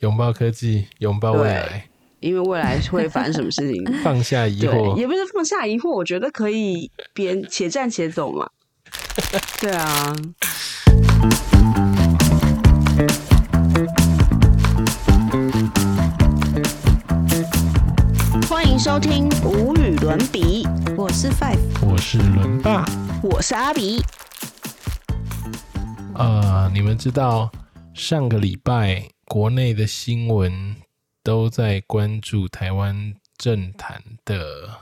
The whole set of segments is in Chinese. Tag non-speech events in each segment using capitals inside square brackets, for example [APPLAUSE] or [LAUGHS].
拥抱科技，拥抱未来，因为未来会发生什么事情，放下疑对，惑。也不是放下疑惑，我觉得可以边且战且走嘛。对啊，欢迎收听无与伦比，我是 Five，我是伦爸。我是阿比。呃，你们知道上个礼拜国内的新闻都在关注台湾政坛的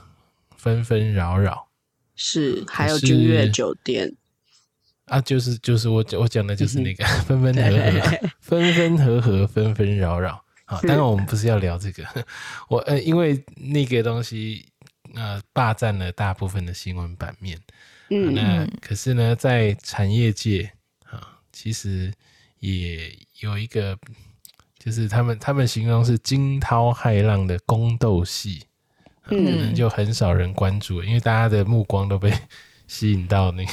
纷纷扰扰是，还有我是君悦酒店，啊，就是就是我我讲的就是那个 [LAUGHS] 分分合合，分分合合，纷纷扰扰。好，当然我们不是要聊这个， [LAUGHS] 我呃，因为那个东西呃霸占了大部分的新闻版面。啊嗯，那可是呢，在产业界啊，其实也有一个，就是他们他们形容是惊涛骇浪的宫斗戏，啊嗯可能就很少人关注，因为大家的目光都被吸引到那个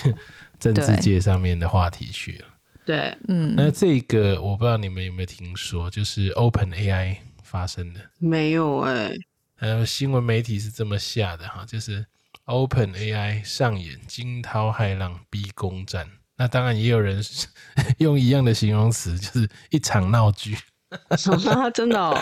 政治对界上面的话题去了。对，嗯，那这个我不知道你们有没有听说，就是 Open AI 发生的。没有哎、 [LAUGHS] 呃，新闻媒体是这么下的哈，就是 Open AI 上演惊涛骇浪逼宫战。那当然也有人 [LAUGHS] 用一样的形容词，就是一场闹剧， [LAUGHS] 真的哦，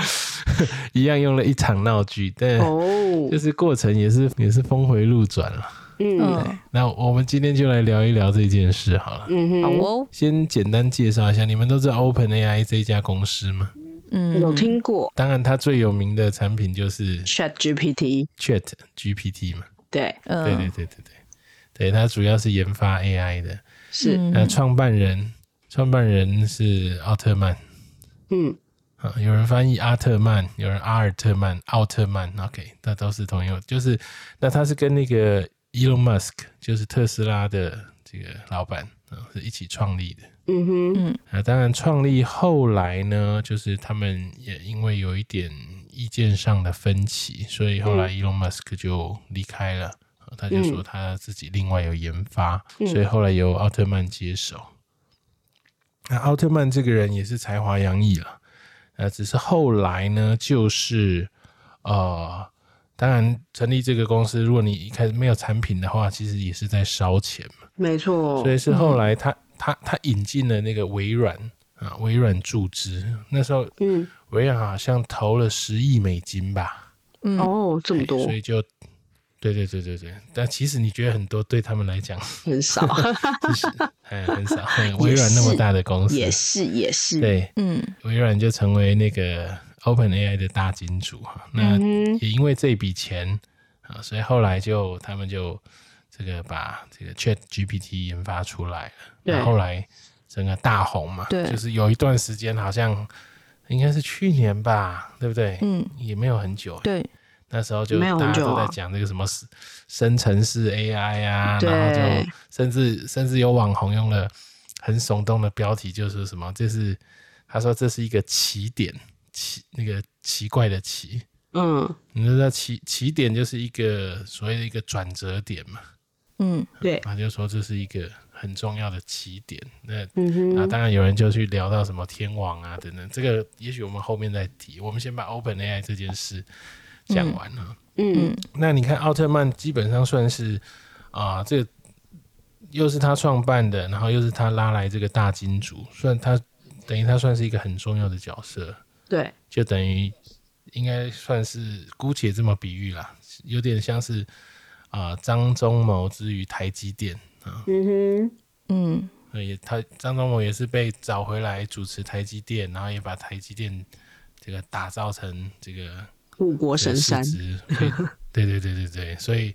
一样用了一场闹剧，但哦就是过程也是也是峰回路转了。嗯嗯，那我们今天就来聊一聊这件事好了。嗯好哼，哦，先简单介绍一下，你们都知道 Open AI 这一家公司吗？嗯，有听过当然，它最有名的产品就是 Chat GPT， Chat GPT 嘛。对，嗯，对对对对对，对，它主要是研发 AI 的。是，嗯那创办人，创办人是奥特曼嗯，啊，有人翻译阿特曼，有人阿尔特曼、奥特曼，OK，那都是同一个，就是那他是跟那个 Elon Musk，就是特斯拉的这个老板啊，是一起创立的。嗯哼，啊，当然创立后来呢，就是他们也因为有一点意见上的分歧，所以后来嗯 Elon Musk 就离开了。啊他就说他自己另外有研发，嗯所以后来由奥特曼接手。那奥特曼这个人也是才华洋溢了，呃，只是后来呢，就是呃，当然成立这个公司，如果你一开始没有产品的话，其实也是在烧钱嘛。没错所，以是后来他、嗯他他引进了那个微软啊，微软注资，那时候嗯，微软好像投了十亿美金吧，嗯哦，这么对多所以就。对对对对对，但其实你觉得很多对他们来讲，很少，其 [LAUGHS] 实哎很少。哎微软那么大的公司，也是也是，对嗯微软就成为那个 Open AI 的大金主哈。那嗯也因为这笔钱啊，所以后来就他们就这个把这个 Chat GPT 研发出来了，对然后后来整个大红嘛，对就是有一段时间好像应该是去年吧，对不对？嗯，也没有很久，对，那时候就没有大很家久都啊在讲这个什么生成式 AI 啊，对然后就甚至甚至有网红用了很耸动的标题，就是什么，这是他说这是一个起点，奇那个奇怪的奇，嗯，你知道起起点就是一个所谓的一个转折点嘛，嗯对，他就说这是一个很重要的起点。那嗯啊，哼，当然有人就去聊到什么天网啊等等，这个也许我们后面再提。我们先把 Open AI 这件事讲完啊了。嗯，那你看奥特曼基本上算是啊、这个又是他创办的，然后又是他拉来这个大金主，算他等于他算是一个很重要的角色，对，就等于应该算是姑且这么比喻啦，有点像是啊、张忠谋之于台积电。嗯哼，嗯所以他张忠谋也是被找回来主持台积电，然后也把台积电这个打造成这个护国神山，市值对对对对对，所以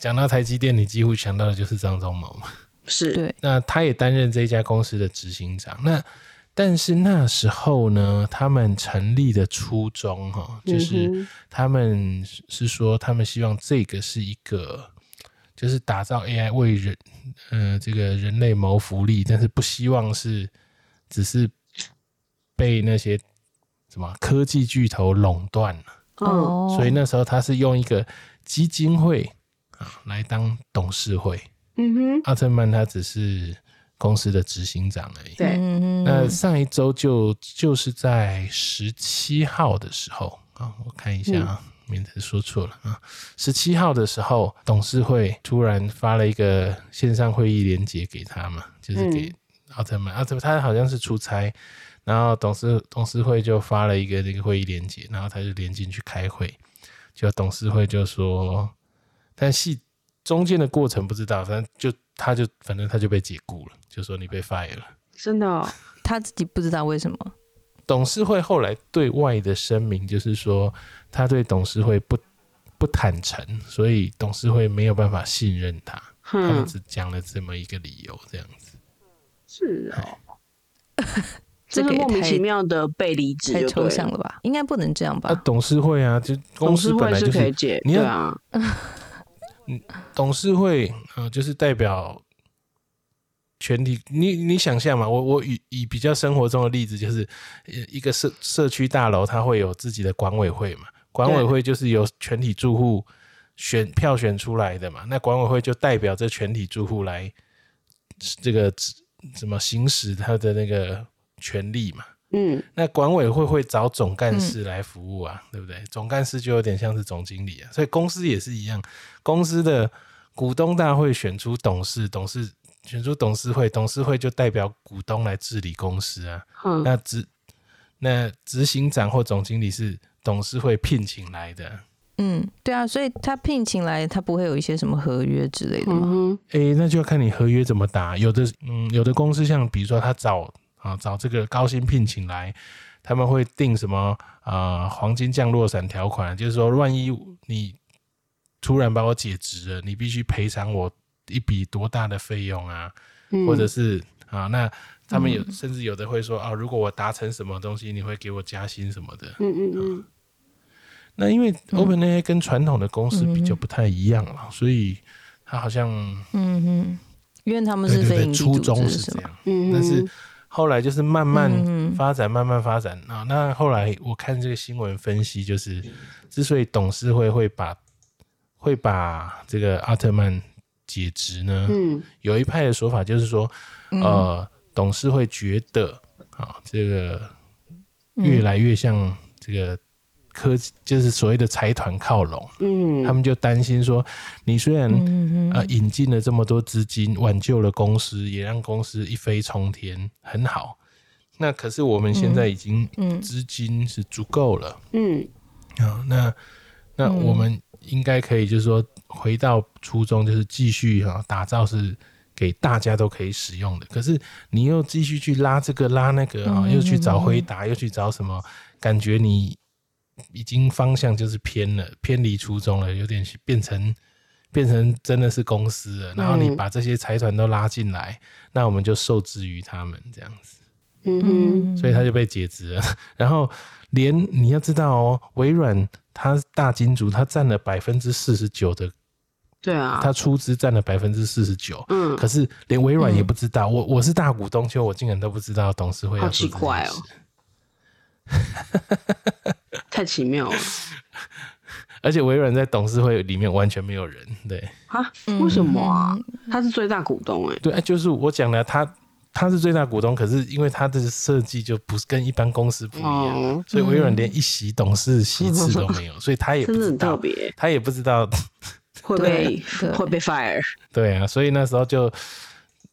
讲到台积电，你几乎想到的就是张忠谋嘛。是，嗯对，那他也担任这一家公司的执行长。那但是那时候呢，他们成立的初衷哈、哦，就是嗯哼他们是说，他们希望这个是一个，就是打造 AI 为人，呃，这个人类谋福利，但是不希望是只是被那些什么科技巨头垄断了。嗯，哦，所以那时候他是用一个基金会啊来当董事会，嗯哼，奥特曼他只是公司的执行长而已。对嗯那呃上一周就就是在十七号的时候啊，我看一下啊，免得说错了啊。十七号的时候，董事会突然发了一个线上会议连接给他嘛，就是给奥特曼。奥特曼他好像是出差，然后董事董事会就发了一个那个会议连接，然后他就连进去开会，就董事会就说，但细中间的过程不知道，反正就他就反正他就被解雇了，就说你被 fire 了。真的、 [LAUGHS] 哦，他自己不知道为什么。董事会后来对外的声明就是说，他对董事会不不坦诚，所以董事会没有办法信任他。他们哼，只讲了这么一个理由，这样子。是哦， [LAUGHS] 这这个是也莫名太其妙的被离职太就抽对象了。了吧？应该不能这样吧？啊，董事会啊，就公董司事本会来就是可以是解，你对要啊，董事会，呃，就是代表全体。你你想象嘛，我我以以比较生活中的例子，就是呃一个社社区大楼，它会有自己的管委会嘛，管委会就是由全体住户选票选出来的嘛，那管委会就代表这全体住户来这个怎么行使他的那个权利嘛。嗯，那管委会会找总干事来服务啊，对不对？总干事就有点像是总经理啊，所以公司也是一样，公司的股东大会选出董事，董事选出董事会，董事会就代表股东来治理公司啊。哼，那执那执行长或总经理是董事会聘请来的。嗯，对啊，所以他聘请来，他不会有一些什么合约之类的嗯吗？哼，诶，那就要看你合约怎么打。有的，嗯，有的公司像比如说他找啊找这个高薪聘请来，他们会定什么呃黄金降落伞条款，就是说万一你突然把我解职了，你必须赔偿我一笔多大的费用啊，嗯或者是啊那他们有、嗯甚至有的会说啊，如果我达成什么东西，你会给我加薪什么的。嗯嗯嗯，那因为嗯 OpenAI 跟传统的公司比较不太一样了，所以它好像嗯哼，因为他们对是非对对，营利初组衷织是是这吗？样。嗯，但是后来就是慢慢嗯发展，慢慢发展啊。那后来我看这个新闻分析，就是之所以董事会会把会把这个阿特曼解职呢，嗯有一派的说法就是说，嗯呃，董事会觉得啊，这个嗯越来越向这个科技，就是所谓的财团靠拢，嗯，他们就担心说，你虽然嗯啊，引进了这么多资金，挽救了公司，也让公司一飞冲天，很好。那可是我们现在已经嗯资金是足够了嗯啊、那那我们应该可以就是说回到初衷，就是继续哈、打造是给大家都可以使用的。可是你又继续去拉这个拉那个啊、又去找回答，又去找什么，感觉你已经方向就是偏了，偏离初衷了，有点变成变成真的是公司了。然后你把这些财团都拉进来，那我们就受制于他们这样子，嗯哼，所以他就被解职了。 [LAUGHS] 然后连你要知道哦，微软它大金主，它占了百分之四十九的，对啊，它出资占了百分之四十九。嗯，可是连微软也不知道，我我是大股东，结果我竟然都不知道董事会要好做奇这件怪哦事太奇妙了而且微软在董事会里面完全没有人，对啊！嗯为什么啊？他是最大股东哎，对，哎就是我讲的，他他是最大股东，可是因为他的设计就不是跟一般公司不一样，哦，所以微软连一席董事席次都没有，所以他也不 [LAUGHS] 真的知很特道，别，他也不知道，会对被对会被 fire，对啊，所以那时候就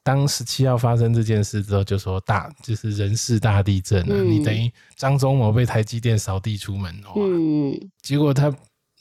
当十七号发生这件事之后，就说大就是人事大地震啊，嗯你等于张忠谋被台积电扫地出门，哇，嗯结果他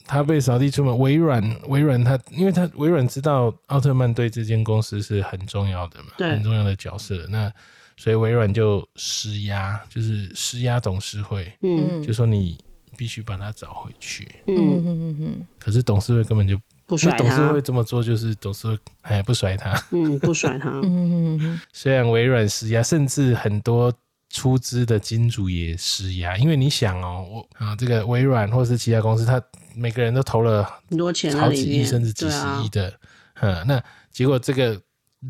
他被扫地出门，微软微软他，因为他微软知道奥特曼对这间公司是很重要的嘛，对很重要的角色，那所以微软就施压，就是施压董事会，嗯就说你必须把他找回去。嗯，嗯可是董事会根本就，不那甩董事他会，这么做就是董事会哎不甩他，嗯，不甩他，嗯嗯虽然微软施压，甚至很多出资的金主也施压，因为你想哦，我啊这个微软或是其他公司，他每个人都投了很多钱在好里几亿面，甚至几对十啊亿，的，嗯，那结果这个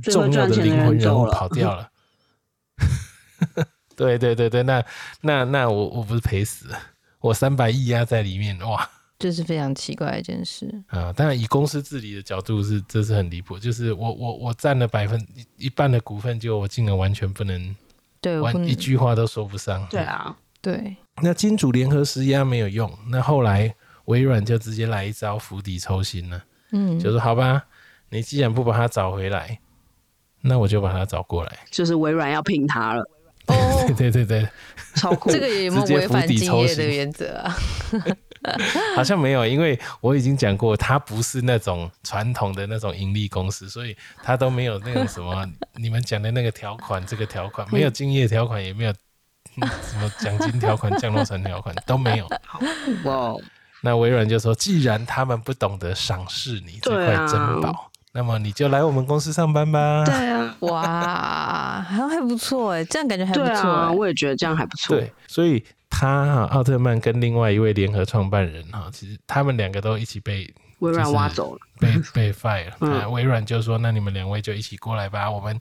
最后重要赚的钱的灵人魂人物走了跑掉了。 [LAUGHS] 对对对对，那那那我我不是赔死了，我三百亿压在里面，哇，这是非常奇怪的一件事。啊、当然以公司治理的角度是，这是很离谱。就是我我我占了百分一一半的股份，就我竟然完全不能对，我完不能一句话都说不上。对啊，对，那金主联合施压没有用，那后来微软就直接来一招釜底抽薪了，嗯，就说好吧，你既然不把它找回来，那我就把它找过来。就是微软要聘他了，哦 [LAUGHS] 对对对，超酷。这个也有没有直接违反釜底敬抽业的薪原则啊？好像没有，因为我已经讲过，它不是那种传统的那种盈利公司，所以它都没有那种什么 [LAUGHS] 你们讲的那个条款，这个条款没有敬业条款，也没有嗯什么奖金条款、降落伞条款都没有。哇哦，那微软就说，既然他们不懂得赏识你这对块啊珍宝，那么你就来我们公司上班吧。对啊，哇，好像还不错哎，这样感觉还不对错啊，哎。我也觉得这样还不错。对，所以他哈、奥特曼跟另外一位联合创办人哈、其实他们两个都一起被微软就是挖走了，被被 fire 了。嗯那微软就说：“那你们两位就一起过来吧，我们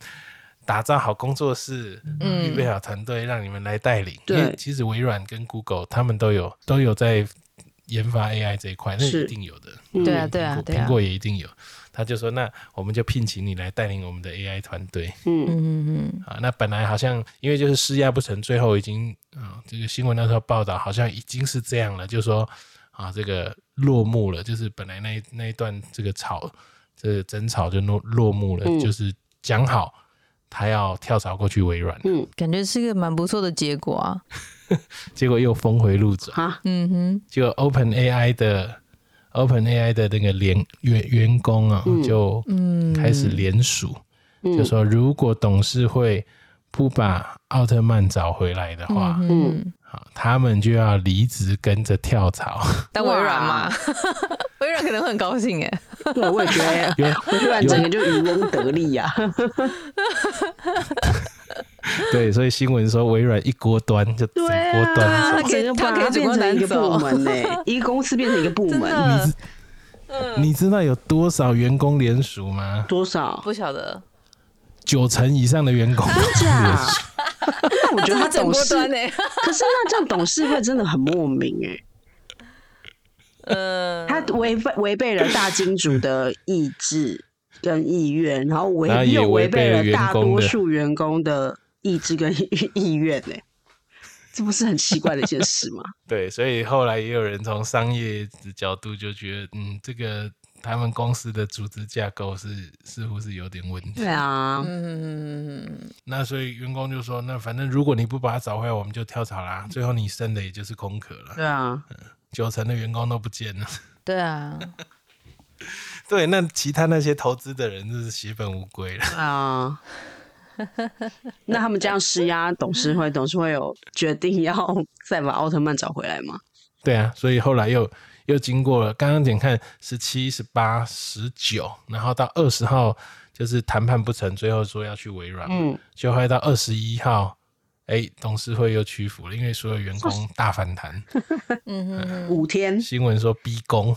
打造好工作室，嗯预备好团队，让你们来带领。”对因为其实微软跟 Google 他们都有都有在研发 AI 这一块，那是一定有的。嗯对啊，对啊，苹果对啊苹。果也一定有。他就说：“那我们就聘请你来带领我们的 AI 团队嗯，嗯嗯啊。”那本来好像因为就是施压不成，最后已经啊、这个新闻那时候报道好像已经是这样了，就说啊，这个落幕了，就是本来那一那一段这个吵，这个争吵就落落幕了，嗯就是讲好他要跳槽过去微软，嗯感觉是一个蛮不错的结果啊。结果又峰回路转，啊，嗯哼，结果 Open AI 的 Open AI 的那个联员员工啊，嗯就嗯，开始联署，嗯就说如果董事会不把奥特曼找回来的话，嗯，啊他们就要离职跟着跳槽。但微软嘛， [LAUGHS] 微软可能会很高兴哎。对，我也觉得 [LAUGHS] 有微软整个就渔翁得利呀、啊。对，所以新闻说微软一锅端就整锅端走。啊它可以把它变成一个部门呢、欸一个公司变成一个部 [LAUGHS] 真门，的你知、你知道有多少员工联署吗？多少？不晓得，九成以上的员工联假署，那我觉得他这整董锅事，端哎。可是那这样董事会真的很莫名哎、嗯，他违背违背了大金主的意志跟意愿，然后违然后也又违违背了了员大工多的数员工的意志跟意 [LAUGHS] 意愿呢、这不是很奇怪的一件事 [LAUGHS] 吗？ [LAUGHS] 对，所以后来也有人从商业的角度就觉得，嗯，这个他们公司的组织架构是似乎是有点问题。对啊，嗯，那所以员工就说，那反正如果你不把它找回来，我们就跳槽啦。最后你剩的也就是空壳了，对啊，嗯九成的员工都不见了。 [LAUGHS] 对啊，对，那其他那些投资的人就是血本无归了。对啊。那他们这样施压董事会，董事会有决定要再把奥特曼找回来吗？对啊，所以后来又又经过了，刚刚点看十七、十八、十九，然后到二十号就是谈判不成，最后说要去微软，嗯，就后来到二十一号，哎，董事会又屈服了，因为所有员工大反弹，嗯哼哼，五 [LAUGHS] 天，新闻说逼宫，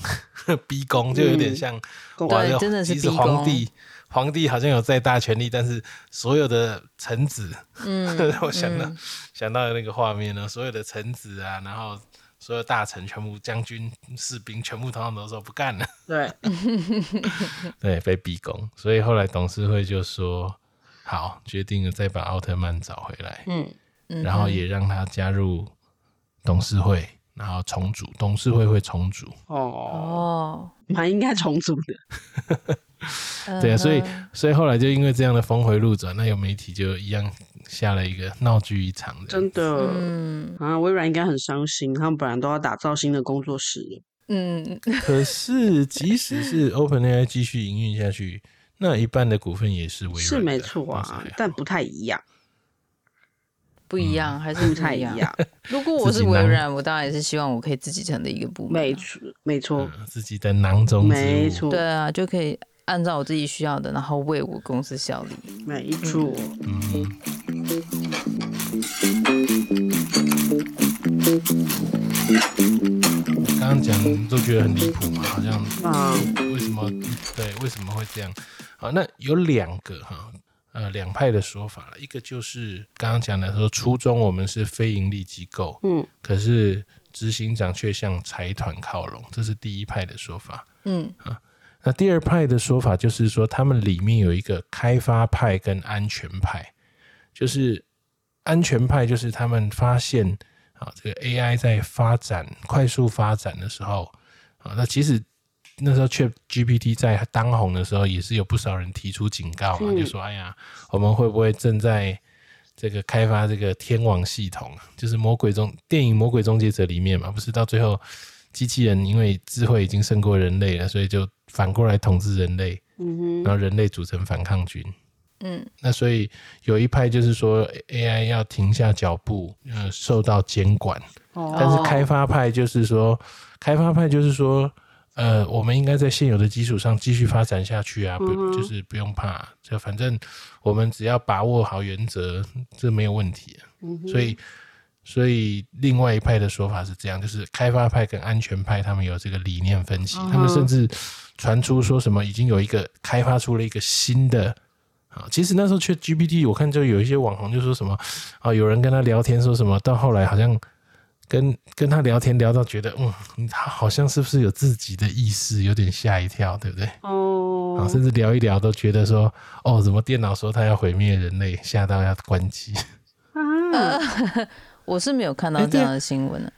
逼宫就有点像，嗯哇对那真的是即使逼皇宫帝。皇帝好像有再大权力，但是所有的臣子， [LAUGHS] 嗯我想到、想到那个画面呢，所有的臣子啊，然后所有大臣、全部将军、士兵，全部统统都说不干 [LAUGHS] 了，对，嗯对，被逼宫。所以后来董事会就说，好，决定了再把奥特曼找回来，嗯，嗯然后也让他加入董事会，然后重组，董事会会重组。哦，哦，蛮应该重组的，对啊，所以嗯哼所以后来就因为这样的峰回路转，那有媒体就一样下了一个闹剧一场的。真的。嗯啊，微软应该很伤心，他们本来都要打造新的工作室了。嗯，可是即使 [LAUGHS] 是 OpenAI 继续营运下去，那一半的股份也是微软的，哦是没错倒是啊还好，但不太一样，嗯不一样，还是不太一样。样，如果我自是己微拿软，我当然也是希望我可以自己成立一个部门没啊。错，没错，嗯自己的囊中之物。没嗯错对，啊，就可以按照我自己需要的，然后为我公司效力。没错。嗯刚刚讲都觉得很离谱嘛，好像啊，为什么对为什么会这样？好，那有两个哈，呃，两派的说法了。一个就是刚刚讲的说，初衷我们是非盈利机构，嗯，可是执行长却向财团靠拢，这是第一派的说法。嗯那第二派的说法就是说，他们里面有一个开发派跟安全派，就是安全派就是他们发现啊，这个 AI 在发展快速发展的时候啊，那其实那时候 Chat GPT 在当红的时候，也是有不少人提出警告嘛，嗯就说哎呀，我们会不会正在这个开发这个天网系统啊，就是《魔鬼中电影《魔鬼终结者》里面嘛，不是到最后机器人因为智慧已经胜过人类了，所以就反过来统治人类，嗯然哼，后人类组成反抗军。嗯那所以有一派就是说 AI 要停下脚步，呃，受到监管。哦但是开发派就是说，开发派就是说，呃，我们应该在现有的基础上继续发展下去啊，不、就是不用怕，就反正我们只要把握好原则，这没有问题、嗯所以，所以另外一派的说法是这样，就是开发派跟安全派他们有这个理念分歧，他们甚至传出说什么已经有一个开发出了一个新的。啊，其实那时候 Chat GPT，我看就有一些网红就说什么啊，有人跟他聊天说什么，到后来好像跟跟他聊天聊到觉得，嗯，他好像是不是有自己的意识，有点吓一跳，对不对？啊，哦，甚至聊一聊都觉得说，哦，怎么电脑说它要毁灭人类，吓到要关机。啊，我是没有看到哎这对啊样的新闻的。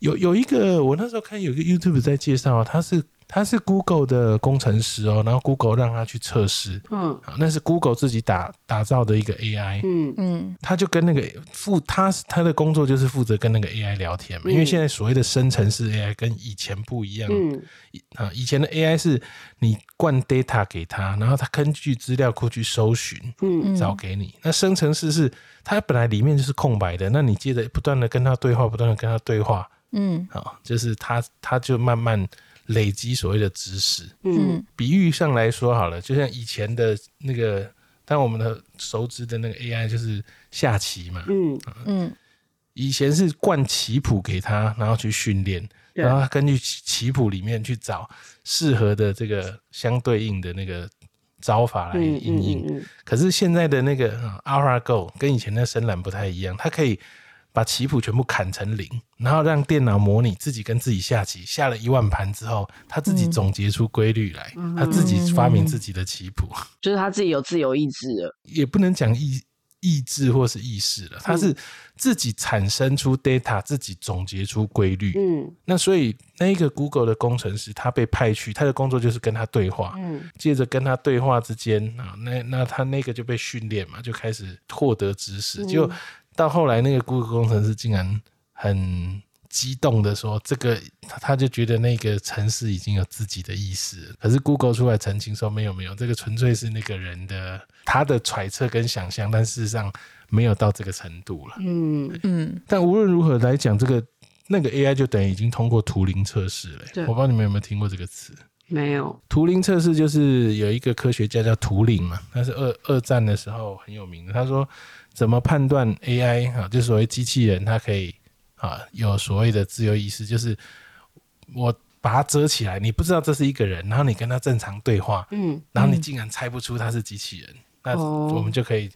有有一个，我那时候看有一个 YouTube 在介绍，啊他是他是 Google 的工程师哦，然后 Google 让他去测试，嗯啊，那是 Google 自己打打造的一个 AI，嗯嗯他就跟那个负他他的工作就是负责跟那个 AI 聊天嘛，嗯因为现在所谓的生成式 AI 跟以前不一样，嗯啊，以前的 AI 是你灌 data 给他，然后他根据资料库去搜寻嗯，找给你。那生成式是它本来里面就是空白的，那你接着不断的跟他对话，不断的跟他对话，嗯啊，就是他他就慢慢累积所谓的知识。嗯比喻上来说好了，就像以前的那个，当我们的熟知的那个 AI 就是下棋嘛，嗯，嗯以前是灌棋谱给他，然后去训练，对然后他根据棋棋谱里面去找适合的这个相对应的那个招法来嗯应应。嗯可是现在的那个啊 AlphaGo 跟以前的深蓝不太一样，它可以把棋谱全部砍成零，然后让电脑模拟自己跟自己下棋，下了一万盘之后，它自己总结出规律来，它自己发明自己的棋谱。就是他自己有自由意志的，也不能讲意意志或是意识了，它是自己产生出 data，自己总结出规律。嗯那所以那一个 Google 的工程师，他被派去，他的工作就是跟他对话，嗯借着跟他对话之间啊，那那他那个就被训练嘛，就开始获得知识。就到后来，那个 Google 工程师竟然很。激动的说，这个他他就觉得那个城市已经有自己的意识了，可是 Google 出来澄清说没有没有，这个纯粹是那个人的他的揣测跟想象，但事实上没有到这个程度了。嗯，嗯但无论如何来讲，这个那个 AI 就等于已经通过图灵测试了。对我不知道你们有没有听过这个词？没有，图灵测试就是有一个科学家叫图灵嘛，他是二二战的时候很有名的。他说怎么判断 AI 啊，就所谓机器人，它可以啊有所谓的自由意识，就是我把它遮起来，你不知道这是一个人，然后你跟他正常对话，嗯然后你竟然猜不出他是机器人，那哦我们就可以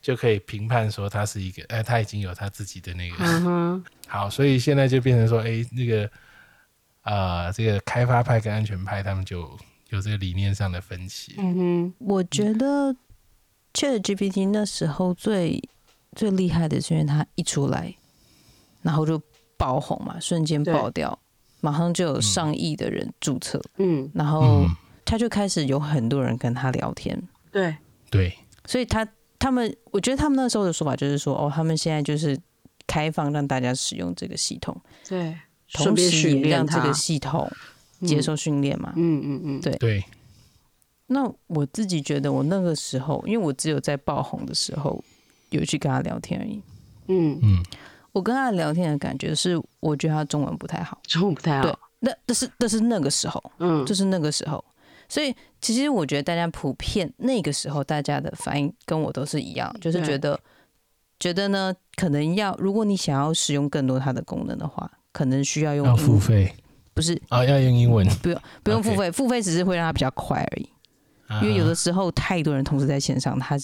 就可以评判说他是一个，哎、他已经有他自己的那个。嗯哼，好，所以现在就变成说，哎、那个呃，这个开发派跟安全派他们就有这个理念上的分歧。嗯哼，我觉得 Chat GPT 那时候最最厉害的是因为它一出来，然后就爆红嘛，瞬间对爆掉，马上就有上亿的人注册，嗯，然后嗯，他就开始有很多人跟他聊天，对，对，所以他他们，我觉得他们那时候的说法就是说，哦，他们现在就是开放让大家使用这个系统，对，顺同便时训也练让这他个，系统接受训练嘛。嗯嗯嗯，对对，那我自己觉得，我那个时候，因为我只有在爆红的时候有去跟他聊天而已。嗯，嗯，我跟他聊天的感觉是，我觉得他中文不太好。中文不太对好，，那但是但是那个时候，嗯就是那个时候，所以其实我觉得大家普遍那个时候大家的反应跟我都是一样，就是对觉得觉得呢，可能要如果你想要使用更多它的功能的话，可能需要用要英付费不是啊，要用英文，不用不用付 OK 费，付费只是会让它比较快而已，啊因为有的时候太多人同时在线上，它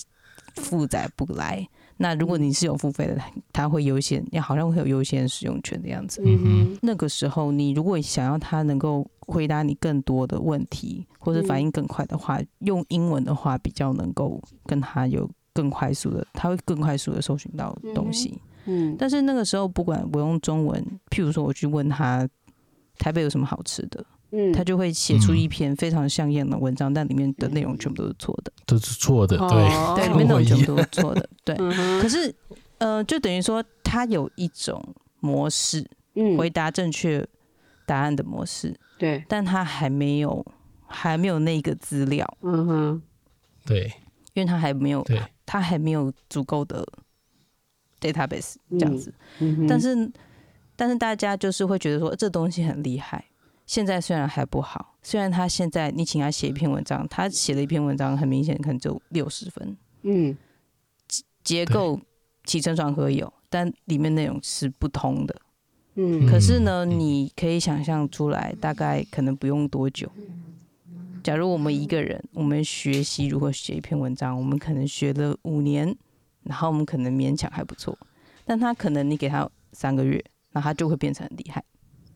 负载不来，那如果嗯你是有付费的，它会优先，好像会有优先使用权的样子。嗯那个时候，你如果想要它能够回答你更多的问题，或者反应更快的话，用英文的话比较能够跟它有更快速的，它会更快速的搜寻到东西。嗯但是那个时候，不管我用中文，譬如说我去问他台北有什么好吃的，嗯，他就会写出嗯一篇非常像样的文章，但里面的内容全部都是错的，都是错的，对，哦对，里面内我容一全样部都是 [LAUGHS] 错的，对。嗯可哼是，呃，就等于说，他有一种模式，嗯回答正确答案的模式，对，但他还没有，还没有那个资料，嗯哼， [LAUGHS] 对因为他还没有，对，他还没有足够的 database 这样子。嗯哼但是，但是大家就是会觉得说这东西很厉害。现在虽然还不好，虽然他现在你请他写一篇文章，他写了一篇文章，很明显可能就六十分，嗯结构起承转合有，但里面内容是不通的。嗯可是呢，嗯你可以想象出来，大概可能不用多久。假如我们一个人，我们学习如何写一篇文章，我们可能学了五年，然后我们可能勉强还不错，但他可能你给他三个月，那他就会变成很厉害。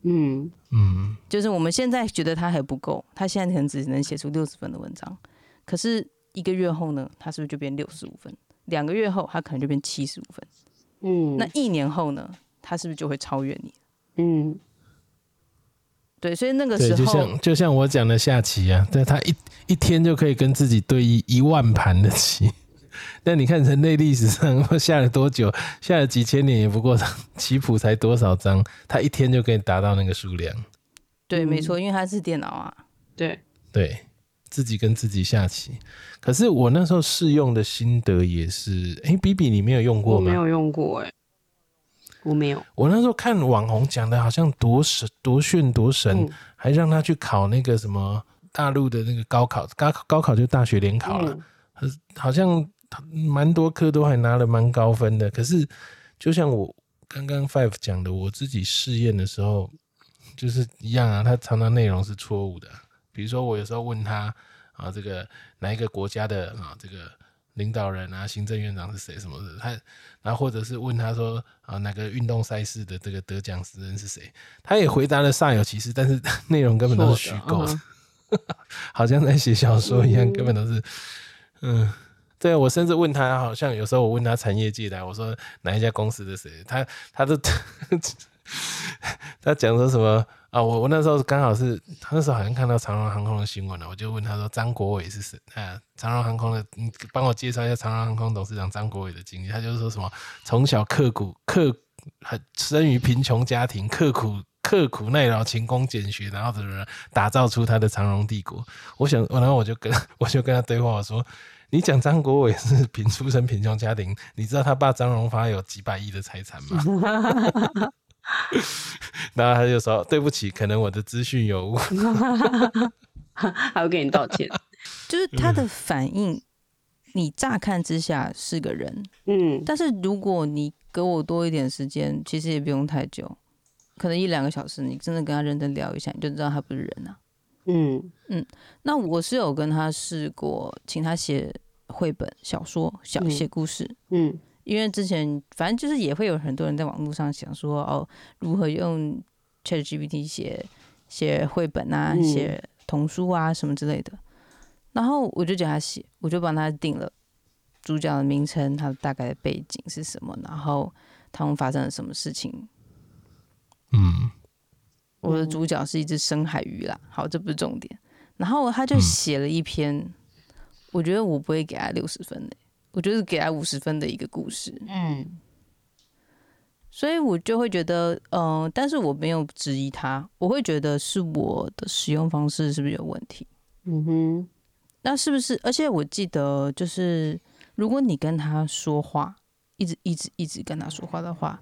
嗯嗯，就是我们现在觉得他还不够，他现在可能只能写出六十分的文章，可是一个月后呢，他是不是就变六十五分？两个月后，他可能就变七十五分。嗯，那一年后呢，他是不是就会超越你？嗯对，所以那个对，时就候，像就像我讲的下棋啊，但他一一天就可以跟自己对一一万盘的棋。 [LAUGHS] 那你看人类历史上 [LAUGHS] 下了多久？下了几千年也不过 [LAUGHS] 棋谱才多少张，他一天就可以达到那个数量。对，没嗯错，因为它是电脑啊。对，对自己跟自己下棋。可是我那时候试用的心得也是，哎、比比你没有用过我没吗？有用过哎，我没有，我那时候看网红讲的好像多神多炫多神，嗯还让他去考那个什么大陆的那个高考，高高考就大学联考了。嗯好像蛮多科都还拿了蛮高分的。可是就像我刚刚 Five 讲的，我自己试验的时候就是一样啊，它常常内容是错误的啊。比如说我有时候问他啊，这个哪一个国家的啊，这个领导人啊，行政院长是谁什么的，他然后或者是问他说啊，哪个运动赛事的这个得奖之人是谁，他也回答的煞有其事，但是内容根本都是虚构的错的。好像在写小说一样，嗯根本都是，嗯，对我甚至问他，好像有时候我问他产业界的，我说哪一家公司的谁，他他都他讲说什么啊？我我那时候刚好是，他那时候好像看到长荣航空的新闻了，我就问他说张国伟是谁？啊，长荣航空的，你帮我介绍一下长荣航空董事长张国伟的经历。他就说什么从小刻苦刻很生于贫穷家庭，刻苦。刻苦耐劳、勤工俭学，然后怎么怎么打造出他的长荣帝国？我想，然后我就跟我就跟他对话，我说：“你讲张国伟是贫出身贫穷家庭，你知道他爸张荣发有几百亿的财产吗？”嗯 [LAUGHS] 然后他就说：“对不起，可能我的资讯有误。还要给你道歉，就是嗯他的反应，你乍看之下是个人，嗯但是如果你给我多一点时间，其实也不用太久，可能一两个小时，你真的跟他认真聊一下，你就知道他不是人啊。嗯那我是有跟他试过，请他写绘本、小说、小嗯写故事，嗯因为之前反正就是也会有很多人在网络上想说，哦，如何用 ChatGPT 写写绘本啊，嗯写童书啊什么之类的。然后我就叫他写，我就帮他定了主角的名称，他大概的背景是什么，然后他们发生了什么事情。”嗯，我的主角是一只深海鱼啦，好，这不是重点。然后他就写了一篇，我觉得我不会给他六十分的、我就是给他五十分的一个故事。嗯所以我就会觉得，嗯、但是我没有质疑他，我会觉得是我的使用方式是不是有问题？嗯哼，那是不是？而且我记得，就是如果你跟他说话，一直一直一直跟他说话的话，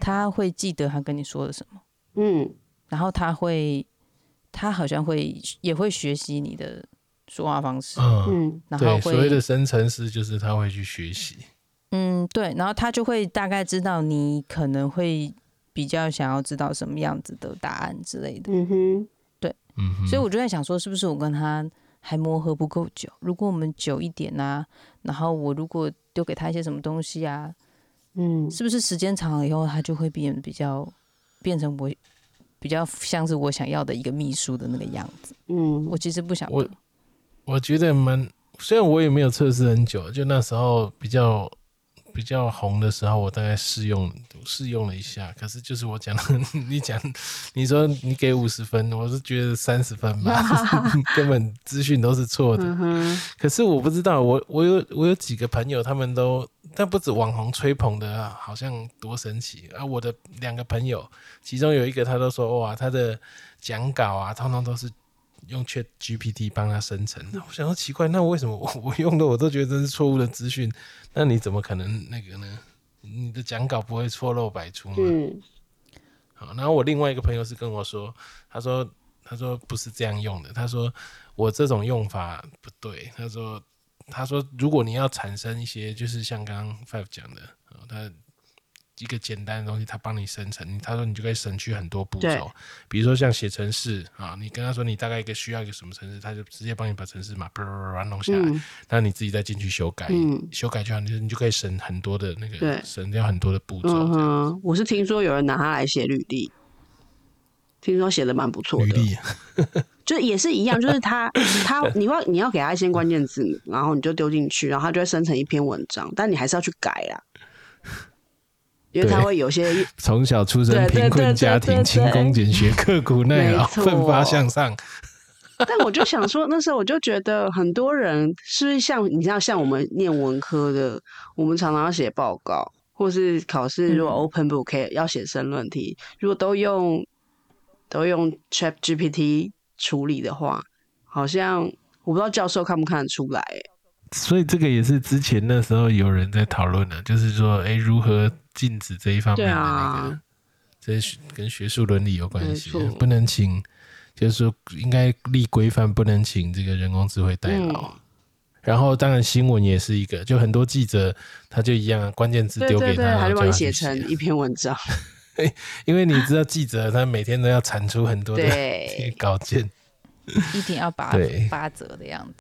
他会记得他跟你说了什么，嗯然后他会，他好像会也会学习你的说话方式，嗯，嗯然后对，所谓的会，生成师就是他会去学习，嗯，对，然后他就会大概知道你可能会比较想要知道什么样子的答案之类的。嗯哼，嗯哼，所以我就在想说，是不是我跟他还磨合不够久。如果我们久一点啊，然后我如果丢给他一些什么东西啊，嗯是不是时间长了以后，他就会变比较变成我比较像是我想要的一个秘书的那个样子？嗯我其实不想我我觉得蛮，虽然我也没有测试很久，就那时候比较比较红的时候，我大概试用试用了一下，可是就是我讲的， [LAUGHS] 你讲你说你给五十分，我是觉得三十分吧， [LAUGHS] 根本资讯都是错的。嗯哼，可是我不知道，我我有我有几个朋友，他们都但不止网红吹捧的、啊，好像多神奇啊！我的两个朋友，其中有一个他都说哇，他的讲稿啊，通通都是用 Chat GPT 帮他生成的。我想说奇怪，那为什么我 [LAUGHS] 我用的我都觉得这是错误的资讯？那你怎么可能那个呢？你的讲稿不会错漏百出吗？嗯好，然后我另外一个朋友是跟我说，他说他说不是这样用的，他说我这种用法不对，他说他说如果你要产生一些就是像刚刚 Five 讲的，哦他一个简单的东西，他帮你生成，他说你就可以省去很多步对骤，比如说像写程式啊，你跟他说你大概一个需要一个什么程式，他就直接帮你把程式码叭叭叭叭弄下来，嗯那你自己再进去修改，嗯修改就好，你就你就可以省很多的那个对省掉很多的步骤这嗯样。哼，我是听说有人拿它来写履历，听说写的蛮不错履的，历，就也是一样，就是 [LAUGHS] 它它你要你要给它一些关键字母，然后你就丢进去，然后它就会生成一篇文章，但你还是要去改啦，因为它对会有些从小出身对对贫对困家对对庭，对勤工俭学，刻苦耐劳，没错奋发向上。但我就想说，那时候我就觉得很多人是不是像你知道，像我们念文科的，我们常常要写报告，或是考试如果嗯 open book 要写申论题，如果都用都用 Chat GPT 处理的话，好像我不知道教授看不看得出来、欸所以这个也是之前那时候有人在讨论的，就是说，哎，如何禁止这一方面的那个对啊，这是跟学术伦理有关系没错，不能请，就是说应该立规范，不能请这个人工智慧代嗯劳。然后，当然新闻也是一个，就很多记者他就一样啊，关键字对丢欸给对他，对，然他后就叫帮你去啊写成一篇文章，因为你知道记者他每天都要产出很多的对 [LAUGHS] 稿件，一定要把对八折的样子。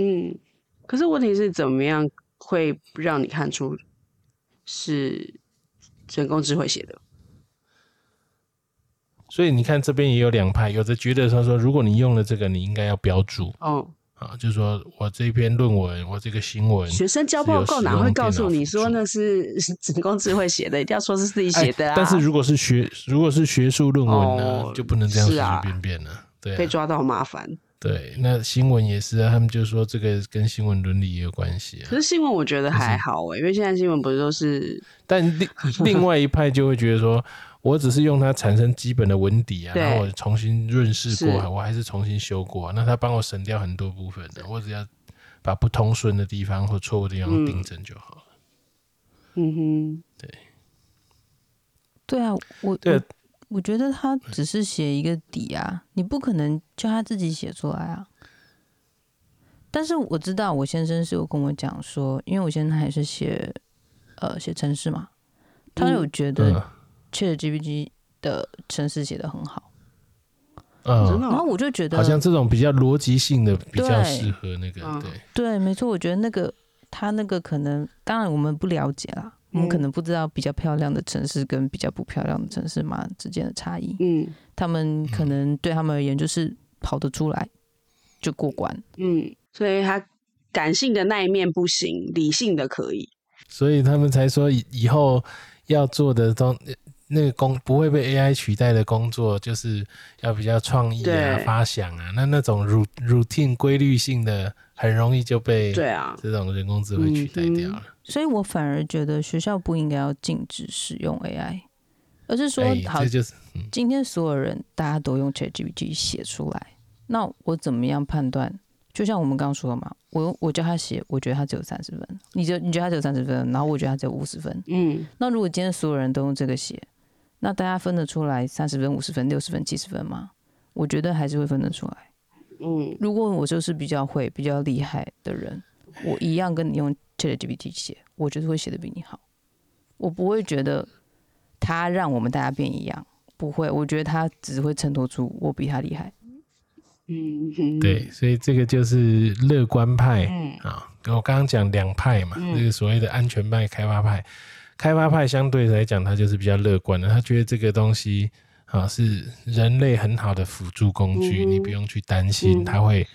嗯。可是问题是，怎么样会让你看出是人工智慧写的？所以你看这边也有两派，有的觉得他说，如果你用了这个，你应该要标注哦、啊，就是说我这篇论文，我这个新闻，学生交报告哪会告诉你说那是是人工智慧写的？一定要说是自己写的啊！哎但是如果是学如果是学术论文呢，哦就不能这样随是随啊便便了、对、被啊，抓到很麻烦。对，那新闻也是啊，他们就说这个跟新闻伦理也有关系啊可。是新闻我觉得还好欸诶、因为现在新闻不是都是但 [LAUGHS] 另另外一派就会觉得说，我只是用它产生基本的文底啊，对然后我重新润饰过是啊，我还是重新修过啊，那它帮我省掉很多部分的，我只要把不通顺的地方或错误的地方嗯订正就好了。嗯哼，对啊，我对我我觉得他只是写一个底啊，你不可能叫他自己写出来啊。但是我知道我先生是有跟我讲说，因为我先生还是写呃写程式嘛，他有觉嗯得 ChatGPT 的程式写的很好，真嗯，的然后哦、我就觉得好像这种比较逻辑性的比较对适合那个嗯对。对，没错，我觉得那个他那个可能，当然我们不了解啦，我们可嗯能不知道比较漂亮的城市跟比较不漂亮的城市嘛之间的差异。嗯他们可能对他们而言就是跑得出来就过关。嗯，所以他感性的那一面不行，理性的可以。所以他们才说以以后要做的东那个工不会被 AI 取代的工作，就是要比较创意啊、对发想啊，那那种 ru- routine 规律性的，很容易就被对嗯啊，这种人工智慧取代掉了。所以我反而觉得学校不应该要禁止使用 AI，而是说哎好这就是嗯今天所有人大家都用 ChatGPT 写出来，那我怎么样判断？就像我们刚刚说的嘛，我我叫他写，我觉得他只有三十分，你觉得你觉得他只有三十分，然后我觉得他只有五十分。嗯那如果今天所有人都用这个写，那大家分得出来三十分、五十分、六十分、七十分吗？我觉得还是会分得出来。嗯如果我就是比较会、比较厉害的人，我一样跟你用 ChatGPT 写，我就是会写的比你好。我不会觉得他让我们大家变一样，不会。我觉得他只会衬托出我比他厉害。嗯嗯，对，所以这个就是乐观派嗯啊。跟我刚刚讲两派嘛，嗯这个所谓的安全派、开发派，开发派相对来讲，他就是比较乐观的，他觉得这个东西啊是人类很好的辅助工具，嗯你不用去担心，嗯他会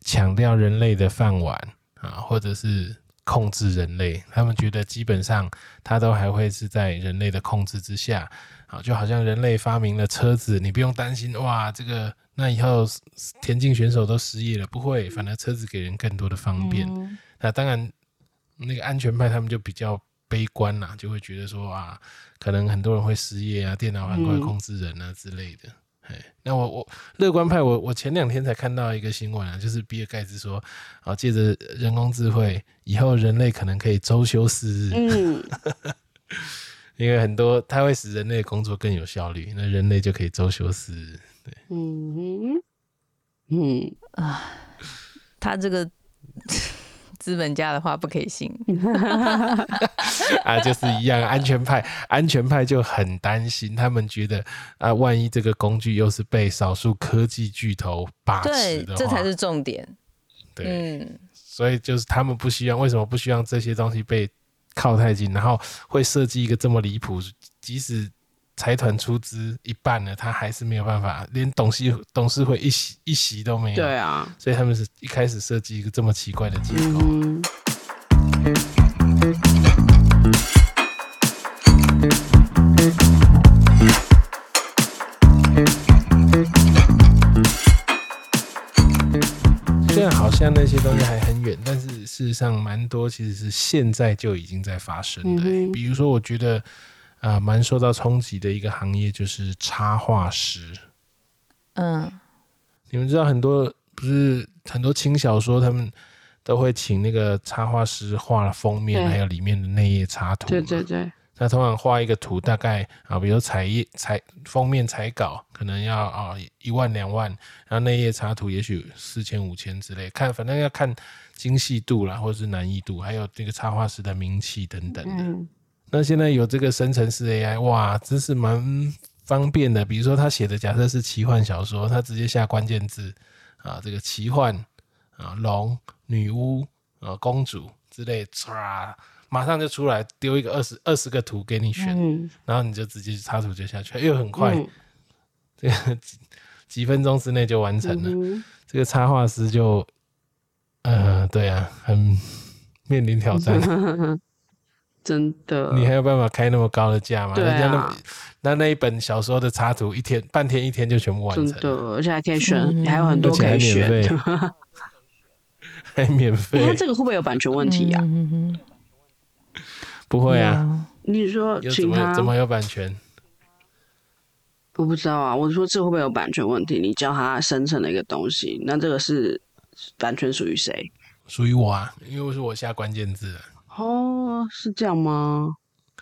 抢掉人类的饭碗啊，或者是控制人类。他们觉得基本上它都还会是在人类的控制之下，好，就好像人类发明了车子，你不用担心哇，这个那以后田径选手都失业了，不会，反而车子给人更多的方便。嗯那当然，那个安全派他们就比较悲观啦，就会觉得说啊，可能很多人会失业啊，电脑很快嗯控制人啊之类的。哎，那我我乐观派我，我前两天才看到一个新闻啊，就是比尔盖茨说，啊，借着人工智慧，以后人类可能可以周休四日，嗯，因为很多它会使人类的工作更有效率，那人类就可以周休四日。嗯哼， [LAUGHS] 嗯，他这个 [LAUGHS] 资本家的话不可以信， [LAUGHS] 啊，就是一样，安全派，安全派就很担心，他们觉得啊，万一这个工具又是被少数科技巨头把持对的，话，这才是重点。对，嗯，所以就是他们不希望，为什么不希望这些东西被靠太近，然后会设计一个这么离谱，即使财团出资一半了，他还是没有办法，连董事董事会一席一席都没有，对啊，所以他们是一开始设计一个这么奇怪的结构。嗯，虽然好像那些东西还很远，但是事实上蛮多其实是现在就已经在发生的、嗯哼比如说，我觉得啊，呃蛮、受到冲击的一个行业就是插画师。嗯，你们知道很多不是很多轻小说，他们都会请那个插画师画了封面，对还有里面的内页插图。对对。对，那通常画一个图，大概啊，比如彩页、彩封面、彩稿，可能要啊一万两万，然后内页插图也许四千五千之类，看反正要看精细度啦，或者是难易度，还有这个插画师的名气等等的。嗯那现在有这个生成式 AI，哇，真是蛮方便的。比如说他写的假设是奇幻小说，他直接下关键字啊，这个奇幻啊，龙、女巫啊、公主之类，唰，马上就出来丢一个二十二十个图给你选，嗯，然后你就直接插图就下去，哎又很快，嗯这个几几分钟之内就完成了。嗯这个插画师就，呃，对啊，很面临挑战。哼真的，你还有办法开那么高的价吗？对啊人家那么那那一本小说的插图，一天半天一天就全部完真成的了，，而且还可以选，嗯还有很而多且可还以免选。费， [LAUGHS] 还免哎，费他，这个会不会有版权问题啊？嗯，嗯嗯不会啊，嗯你说又怎请他么怎，么有版权？我不知道啊。我说这会不会有版权问题？你叫他生成了一个东西，那这个是版权属于谁？属于我啊，因为是我下关键字的。哦，是这样吗？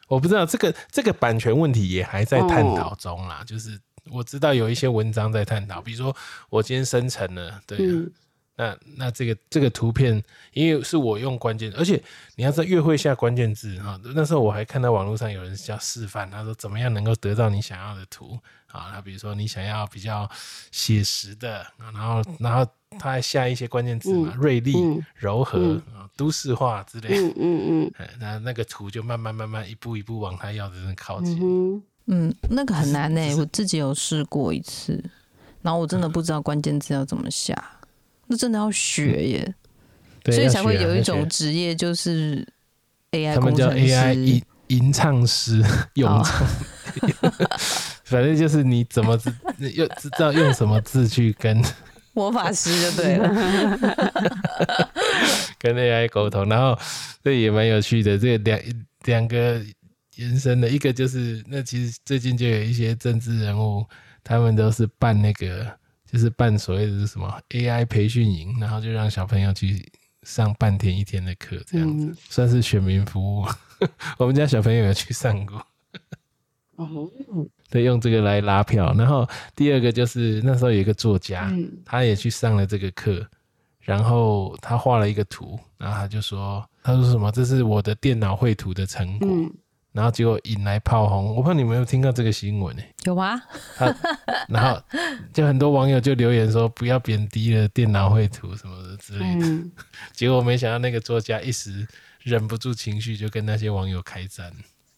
我不知道这个这个版权问题也还在探哦讨中啦，就是我知道有一些文章在探讨，比如说我今天生成了，对啊、嗯那那这个这个图片，因为是我用关键，而且你要知道越会下关键字哈、那时候我还看到网络上有人叫示范，他说怎么样能够得到你想要的图啊？那比如说你想要比较写实的，啊然后然后他还下一些关键字嘛，锐利、嗯柔和、嗯啊、都市化之类的 [LAUGHS] 嗯嗯哎，那那个图就慢慢慢慢一步一步往他要的那靠嗯嗯近。哼，嗯，那个很难呢、只是我自己有试过一次，然后我真的不知道关键字要怎么下，那真的要学耶，对，所以要才会学啊有一要种学职业就是 AI 他们工叫程 [LAUGHS] AI 师吟。吟唱师、咏哦唱， [LAUGHS] 反正就是你怎么知又知道用什么字去跟 [LAUGHS] 魔法师就对 E 了，跟 AI 沟通，然后这也蛮有趣的。这两两个延伸的，一个就是那其实最近就有一些政治人物，他们都是办那个就是办所谓的是什么 AI 培训营，然后就让小朋友去上半天一天的课，这样子、嗯算是选民服务。 [LAUGHS] 我们家小朋友有去上过。哦，对，用这个来拉票。然后第二个就是那时候有一个作家，嗯他也去上了这个课，然后他画了一个图，然后他就说，他说什么？这是我的电脑绘图的成果。嗯然后结果引来炮轰。我怕你没有听到这个新闻呢、欸 [LAUGHS] [LAUGHS] 有啊，然后就很多网友就留言说不要贬低了电脑绘图什么的之类的。嗯，结果没想到那个作家一时忍不住情绪，就跟那些网友开战。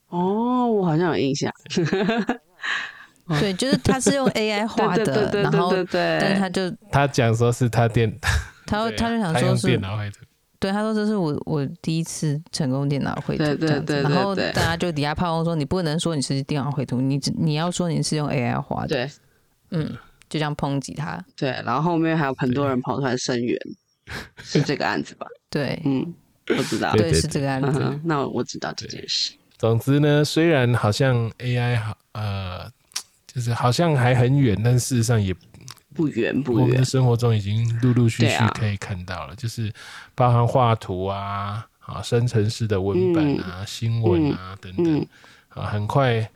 哦，我好像有印象，对，就是他是 [LAUGHS] 用 AI 画哦对对对的，对然后对对但是对，他就他讲说是他电，他对啊他就想他用说是电脑绘图，对，他说这是我我第一次成功电脑绘图对对这样子对对然后对大家就底下炮轰说你不能说你是电脑绘图，你只你要说你是用 AI 画的，对嗯，就这样抨击他，对，然后后面还有很多人跑出来 [LAUGHS] 声援，是这个案子吧？对嗯，不知道，对是这个案嗯子，哼，那我知道这件事，总之呢，虽然好像 AI 好呃，就是好像还很远，但事实上也不远我不们远的，生活中已经陆陆续对续啊可以看到了，就是包含画图啊、啊生成式的文本啊、新闻啊等等、嗯啊，很快，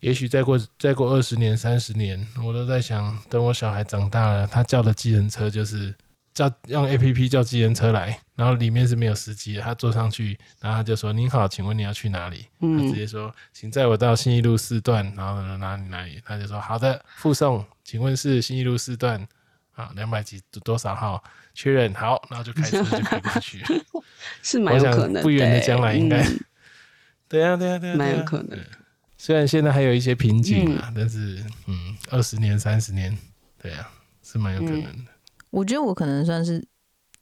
也许再过再过二十年、三十年，我都在想，等我小孩长大了，他叫的计程车就是叫用 A P P 叫计程车来，然后里面是没有司机的，他坐上去，然后他就说：“您好，请问你要去哪里？”他直嗯，接说，请载我到信义路四段，然后呢哪里哪里，他就说好的，附送，请问是信义路四段啊，两百几多少号？确认好，然后就开车就开过去。是蛮我有想可能，不远的将来应该嗯， [LAUGHS] 对呀、对呀、对呀、对啊蛮有可能。虽然现在还有一些瓶颈啊，但是嗯，二十年、三十年，对呀、是蛮有可能的。我觉得我可能算是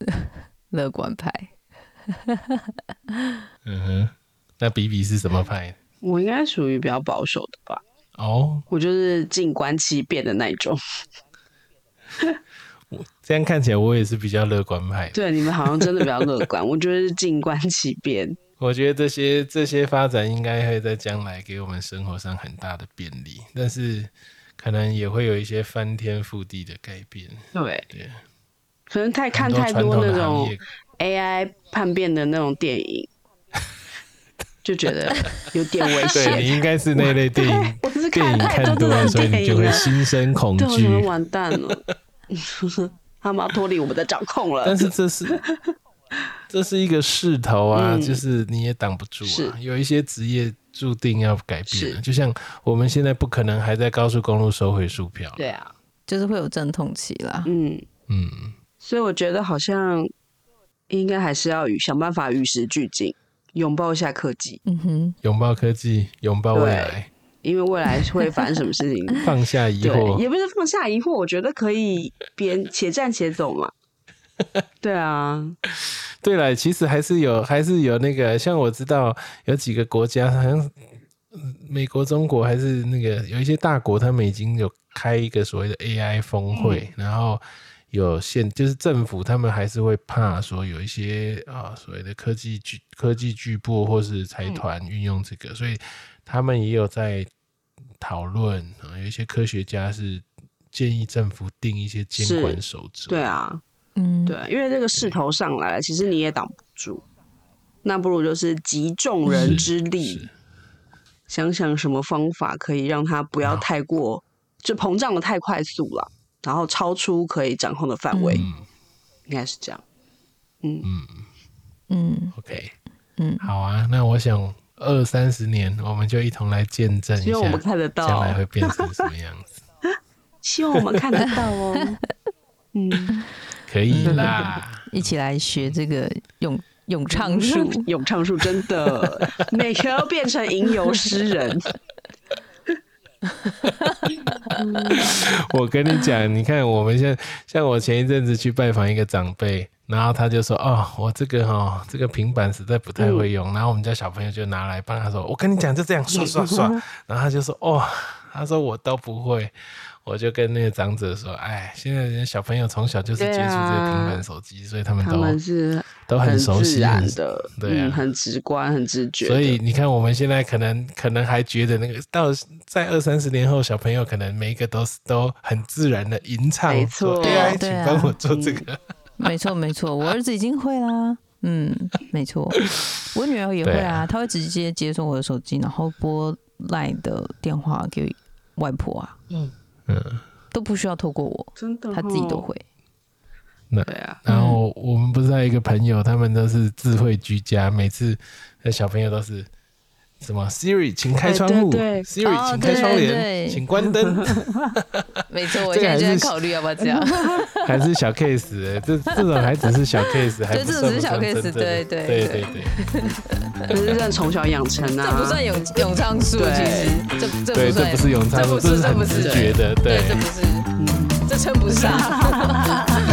[LAUGHS] 乐观派，嗯哼，那比比是什么派？我应该属于比较保守的吧，哦，我就是静观其变的那一种。 [LAUGHS] 这样看起来我也是比较乐观派的。对，你们好像真的比较乐观，我觉得是静观其变。我觉得这些这些发展应该会在将来给我们生活上很大的便利，但是可能也会有一些翻天覆地的改变。对，对，可能太看很太传多统那的行种业， AI 叛变的那种 [LAUGHS] 电影，就觉得有点危对你险。应该是那 [LAUGHS] 类电影哎我是电看影太看多多了，这所以种电你就影啊会了，心生恐对我觉得惧。完蛋了， [LAUGHS] 他们要脱离我们的掌控了。 [LAUGHS] 但是这 [LAUGHS] 是这是一个势头啊，嗯就是你也挡不住是啊。有一些职业注定要改变了，是就像我们现在不可能还在高速公路收回树票。对啊，就是会有阵痛期啦。嗯，嗯，所以我觉得好像应该还是要与想办法与时俱进，拥抱一下科技，嗯哼，拥抱科技，拥抱未对来，因为未来会发生什么事 [LAUGHS] 情放下疑惑对，。也不是放下疑惑，我觉得可以边且战且走嘛。对啊，对了，其实还是有，还是有那个，像我知道有几个国家，好像嗯美国、中国还是那个有一些大国，他们已经有开一个所谓的 AI 峰会，嗯然后有限，就是政府他们还是会怕说有一些啊所谓的科技巨科技巨擘或是财嗯团运用这个，所以他们也有在讨论啊，有一些科学家是建议政府定一些监管是守则，对啊，嗯，对，因为这个势头上来了，其实你也挡不住。那不如就是集众人之力是，想想什么方法可以让它不要太过，就膨胀的太快速了，然后超出可以掌控的范围，嗯应该是这样。嗯。嗯 OK，嗯好啊，那我想二三十年，我们就一同来见证一希望我们下看得将到来，会变成什么样子。希望我们看得到 [LAUGHS] 哦。嗯，可以啦， [LAUGHS] 一起来学这个咏咏 [LAUGHS] 唱术，嗯咏唱术真的，每个要变成吟游 [LAUGHS] 诗人。我跟你讲，你看我们现在像我前一阵子去拜访一个长辈。然后他就说：“哦，我这个哦，这个平板实在不太会用。然后我们家小朋友就拿来帮他说：“我跟你讲，就这样刷刷刷。”然后他就说：“哦，他说我都不会。”我就跟那个长者说：“哎，现在人家小朋友从小就是接触这个平板手机，啊所以他们他都们是都很熟自悉，很然的，对啊嗯，很直观，很直觉的。所以你看，我们现在可能可能还觉得那个，到在二三十年后，小朋友可能每一个都是都很自然的吟唱，没说错哎对啊 AI，请对啊帮我做这个。没错 [LAUGHS] 没错，我儿子已经会啦。嗯，没错，我女儿也会对啊，啊她会直接接收我的手机，然后拨赖的电话给外婆啊，嗯，都不需要透过我，真的、哦她自己都。 [LAUGHS] 会。对啊，然后我们不是还有一个朋友，他们都是智慧居家，每次那小朋友都是什么 Siri，请开窗户对对对哦；Siri，请开窗对对帘，对请关灯。 [LAUGHS] 没错，我这现个在就在还是考虑要不要这 [LAUGHS] 样。还是小 case，欸这这种还只是小 case，还对不这算种只不是小算 case，真正的对对对对对对。 [LAUGHS] 可是这从小养成这啊，不算咏咏唱术，对其实这这对，这不算，不是咏唱术，这不这是是很不直是觉的，对对，这不是，这称不上。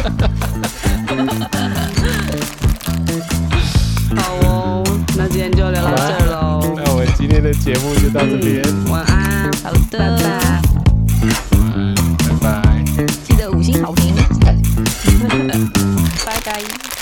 好哦，那今天就聊到这儿喽，那我们今天的节目就到这边，晚安，好拜的，拜。嗯，拜拜。 [LAUGHS] 记得五星好评，拜拜。